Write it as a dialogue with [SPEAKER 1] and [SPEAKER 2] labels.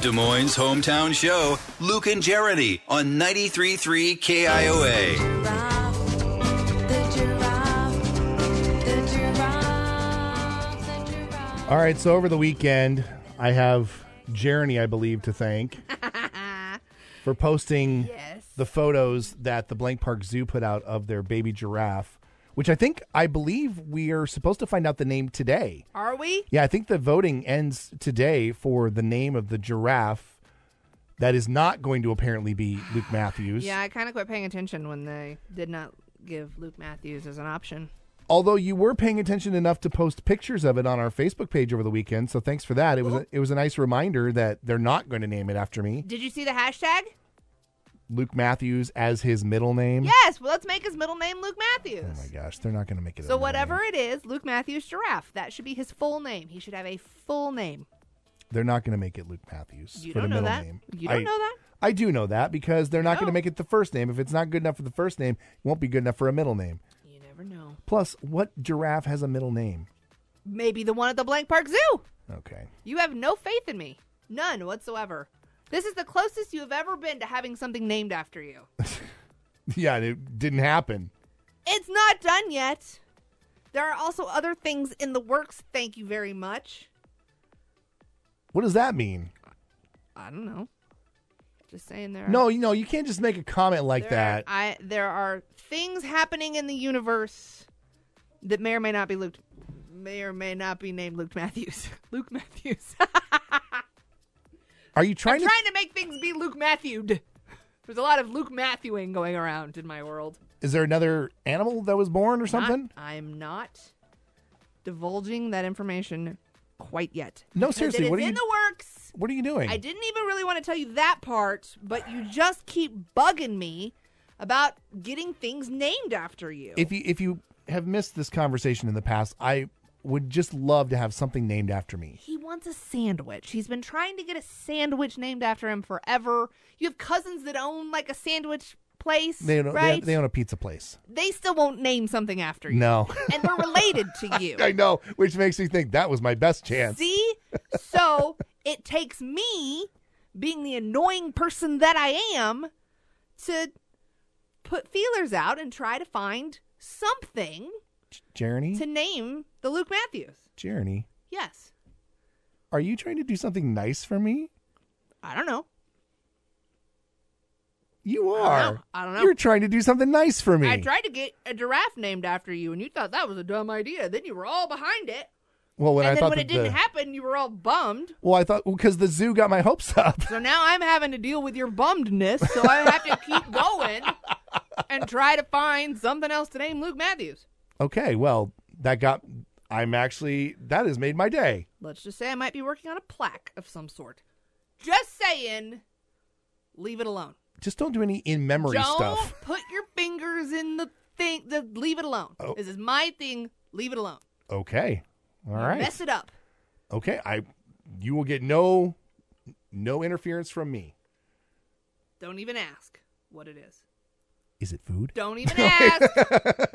[SPEAKER 1] Des Moines' hometown show, Luke and Jeremy on 93.3 KIOA.
[SPEAKER 2] All right, so over the weekend, I have Jeremy, I believe, to thank for posting the photos that the Blank Park Zoo put out of their baby giraffe, which I think, I believe, we are supposed to find out the name today.
[SPEAKER 3] Are we?
[SPEAKER 2] Yeah, I think the voting ends today for the name of the giraffe that is not going to apparently be Luke Matthews.
[SPEAKER 3] Yeah, I kind of quit paying attention when they did not give Luke Matthews as an option.
[SPEAKER 2] although you were paying attention enough to post pictures of it on our Facebook page over the weekend, so thanks for that. It was a, it was a nice reminder that they're not going to name it after me.
[SPEAKER 3] Did you see the hashtag?
[SPEAKER 2] Luke Matthews as his middle name.
[SPEAKER 3] Yes. Well, let's make his middle name Luke
[SPEAKER 2] Oh my
[SPEAKER 3] Matthews.
[SPEAKER 2] gosh, they're not going to make it. a
[SPEAKER 3] so
[SPEAKER 2] middle
[SPEAKER 3] whatever
[SPEAKER 2] name.
[SPEAKER 3] it is, Luke Matthews Giraffe. That should be his full name. He should have a full name.
[SPEAKER 2] They're not going to make it Luke Matthews
[SPEAKER 3] You
[SPEAKER 2] for the
[SPEAKER 3] don't know
[SPEAKER 2] middle
[SPEAKER 3] that.
[SPEAKER 2] name.
[SPEAKER 3] You don't
[SPEAKER 2] I-
[SPEAKER 3] know that.
[SPEAKER 2] I do know that because they're not going to
[SPEAKER 3] know.
[SPEAKER 2] make it the first name. If it's not good enough for the first name, it won't be good enough for a middle name.
[SPEAKER 3] You never know.
[SPEAKER 2] Plus, what giraffe has a middle name?
[SPEAKER 3] Maybe the one at the Blank Park Zoo.
[SPEAKER 2] Okay.
[SPEAKER 3] You have no faith in me. None whatsoever. This is the closest you have ever been to having something named after you.
[SPEAKER 2] Yeah, it didn't happen.
[SPEAKER 3] It's not done yet. There are also other things in the works. Thank you very much.
[SPEAKER 2] What does that mean?
[SPEAKER 3] I don't know. Just saying there. Are,
[SPEAKER 2] No, you know, you can't just make a comment like
[SPEAKER 3] there
[SPEAKER 2] that.
[SPEAKER 3] Are, I there are things happening in the universe that may or may not be Luke, may or may not be named Luke Matthews. Luke Matthews.
[SPEAKER 2] Are you trying
[SPEAKER 3] I'm
[SPEAKER 2] to
[SPEAKER 3] trying to make things be Luke Matthewed. There's a lot of Luke Matthewing going around in my world.
[SPEAKER 2] Is there another animal that was born or
[SPEAKER 3] Not-
[SPEAKER 2] something?
[SPEAKER 3] I'm not divulging that information quite yet.
[SPEAKER 2] No,
[SPEAKER 3] Because
[SPEAKER 2] seriously,
[SPEAKER 3] it is
[SPEAKER 2] what are
[SPEAKER 3] in
[SPEAKER 2] you-
[SPEAKER 3] the works?
[SPEAKER 2] what are you doing?
[SPEAKER 3] I didn't even really want to tell you that part, but you just keep bugging me about getting things named after you.
[SPEAKER 2] if you if you have missed this conversation in the past, I would just love to have something named after me.
[SPEAKER 3] he wants a sandwich. He's been trying to get a sandwich named after him forever. You have cousins that own like a sandwich place,
[SPEAKER 2] They own,
[SPEAKER 3] right?
[SPEAKER 2] they, they own a pizza place.
[SPEAKER 3] They still won't name something after you.
[SPEAKER 2] No,
[SPEAKER 3] And we're related to you.
[SPEAKER 2] I know, which makes me think that was my best chance.
[SPEAKER 3] See? So it takes me being the annoying person that I am to put feelers out and try to find something
[SPEAKER 2] Jeremy,
[SPEAKER 3] to name the Luke Matthews.
[SPEAKER 2] Jeremy,
[SPEAKER 3] Yes.
[SPEAKER 2] are you trying to do something nice for me?
[SPEAKER 3] I don't know.
[SPEAKER 2] You
[SPEAKER 3] I don't
[SPEAKER 2] are.
[SPEAKER 3] know. I don't know.
[SPEAKER 2] You're trying to do something nice for me.
[SPEAKER 3] I tried to get a giraffe named after you, and you thought that was a dumb idea. Then you were all behind it,
[SPEAKER 2] well, when
[SPEAKER 3] and
[SPEAKER 2] I
[SPEAKER 3] then
[SPEAKER 2] thought
[SPEAKER 3] when
[SPEAKER 2] that
[SPEAKER 3] it didn't
[SPEAKER 2] the,
[SPEAKER 3] happen, you were all bummed.
[SPEAKER 2] well, I thought because the zoo got my hopes up.
[SPEAKER 3] So now I'm having to deal with your bumedness. So I have to keep going and try to find something else to name Luke Matthews.
[SPEAKER 2] okay, well, that got. I'm actually that has made my day.
[SPEAKER 3] Let's just say I might be working on a plaque of some sort. Just saying, leave it alone.
[SPEAKER 2] Just don't do any in memory
[SPEAKER 3] Don't
[SPEAKER 2] stuff.
[SPEAKER 3] put your fingers in the thing. The leave it alone.
[SPEAKER 2] Oh.
[SPEAKER 3] This is my thing. Leave it alone.
[SPEAKER 2] Okay. All right.
[SPEAKER 3] Mess it up.
[SPEAKER 2] Okay. I you will get no no interference from me.
[SPEAKER 3] Don't even ask what it is.
[SPEAKER 2] Is it food?
[SPEAKER 3] Don't even ask.